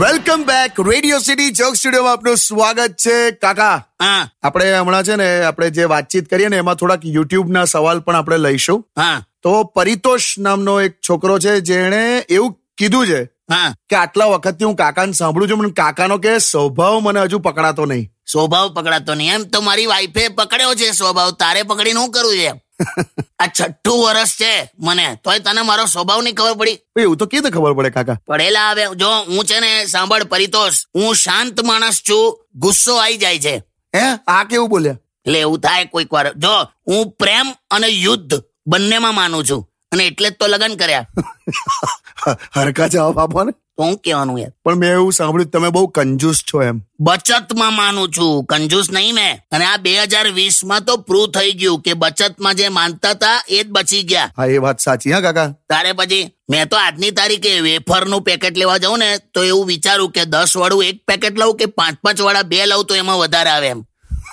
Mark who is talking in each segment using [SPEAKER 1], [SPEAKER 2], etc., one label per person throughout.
[SPEAKER 1] Welcome back radio city joke સ્ટુડિયોમાં આપનું સ્વાગત છે કાકા
[SPEAKER 2] હા
[SPEAKER 1] આપણે હમણાં છે ને આપણે જે વાતચીત કરીએ ને એમાં થોડાક યુટ્યુબના સવાલ પણ આપણે લઈશું
[SPEAKER 2] હા
[SPEAKER 1] તો પરિતોષ નામનો એક છોકરો છે જેણે એવું કીધું છે
[SPEAKER 2] હા
[SPEAKER 1] કે આટલા વખતથી હું કાકાને સાંભળું છું પણ કાકાનો કે સ્વભાવ મને હજુ પકડાતો નહીં
[SPEAKER 2] સ્વભાવ પકડાતો નહીં એમ તો મારી વાઈફે પકડ્યો છે સ્વભાવ તારે પકડીને હું કરું છે આ છઠ્ઠું વરસ છે મને તોય તને મારો સ્વભાવ નહીં ખબર પડી
[SPEAKER 1] ભઈ, એવું તો કેવી રીતે ખબર પડે કાકા
[SPEAKER 2] પડેલા આવે જો હું છે ને સાંભળ પરિતોષ હું શાંત માણસ છું ગુસ્સો આવી જાય છે
[SPEAKER 1] હે આ કેવું બોલ્યા
[SPEAKER 2] એટલે એવું થાય કોઈક વાર જો હું પ્રેમ અને યુદ્ધ બંનેમાં માનું છું અને એટલે જ તો લગ્ન કર્યા
[SPEAKER 1] હરકા જવાબ આપો ને
[SPEAKER 2] તો હું કહેવાનું યાર
[SPEAKER 1] પણ મેં એવું સાંભળ્યું કે તમે બહુ કંજૂસ છો એમ
[SPEAKER 2] બચતમાં માનું છું કંજૂસ નહીં મેં અને આ બે હજાર વીસમાં તો પ્રૂવ થઈ ગયું કે બચતમાં જે માનતા હતા એ જ બચી ગયા
[SPEAKER 1] હા એ વાત સાચી હા કાકા
[SPEAKER 2] તારે પછી મેં તો આજની તારીખે વેફરનું પેકેટ લેવા જાઉં ને તો એવું વિચારું કે દસ વાળું એક પેકેટ લઉં કે પાંચ પાંચ વાળા બે લઉં તો એમાં વધારે આવે એમ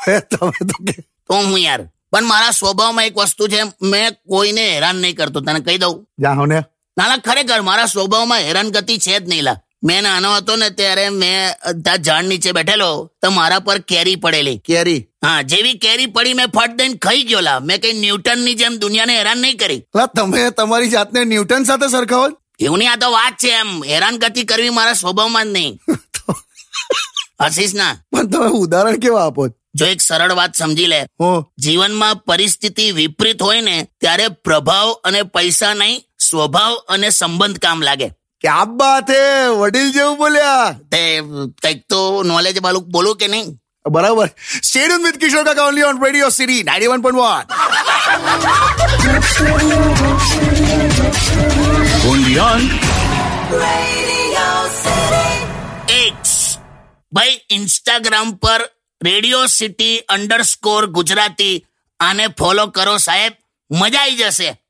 [SPEAKER 1] હે, તમે તો કે
[SPEAKER 2] તો હું યાર પણ મારા સ્વભાવમાં એક વસ્તુ છે મેં કોઈને હેરાન નહીં કરતો તને કહી દઉં
[SPEAKER 1] જાઓ ને
[SPEAKER 2] ના ના ખરેખર મારા સ્વભાવમાં હેરાનગતિ છે જ નહીં લા મેં નાનો હતો ને ત્યારે મેં અ, ત્યાં ઝાડ નીચે બેઠેલો તો મારા પર કેરી પડેલી
[SPEAKER 1] કેરી
[SPEAKER 2] હા જેવી કેરી પડી મેં ફટ દઈને ખાઈ ગયો લા મેં કઈ ન્યૂટનની જેમ દુનિયાને હેરાન નહીં કરી
[SPEAKER 1] અલા, તમે તમારી જાતને ન્યૂટન સાથે સરખાવો છો?
[SPEAKER 2] એવું નહીં આ તો વાત છે એમ હેરાન ગતિ કરવી મારા સ્વભાવમાં જ નહીં
[SPEAKER 1] તો-
[SPEAKER 2] હસીશ ના
[SPEAKER 1] પણ તમે ઉદાહરણ કેવા આપો છો?
[SPEAKER 2] જો એક સરળ વાત સમજી લે
[SPEAKER 1] હું
[SPEAKER 2] જીવનમાં પરિસ્થિતિ વિપરીત હોય ને ત્યારે પ્રભાવ અને પૈસા નહીં સ્વભાવ અને સંબંધ કામ લાગે
[SPEAKER 1] ક્યા બાત હે વડીલ જેવું બોલ્યા
[SPEAKER 2] તે કઈક તો નોલેજ વાળું બોલું કે નહીં
[SPEAKER 1] બરાબર સ્ટેડિયમ વિથ કિશોર કાકા only on radio city ninety one point one
[SPEAKER 3] Radio City.
[SPEAKER 2] એક્સ ભાઈ ઇન્સ્ટાગ્રામ પર રેડિયો સિટી અંડરસ્કોર ગુજરાતી આને ફોલો કરો સાહેબ મજા આવી જશે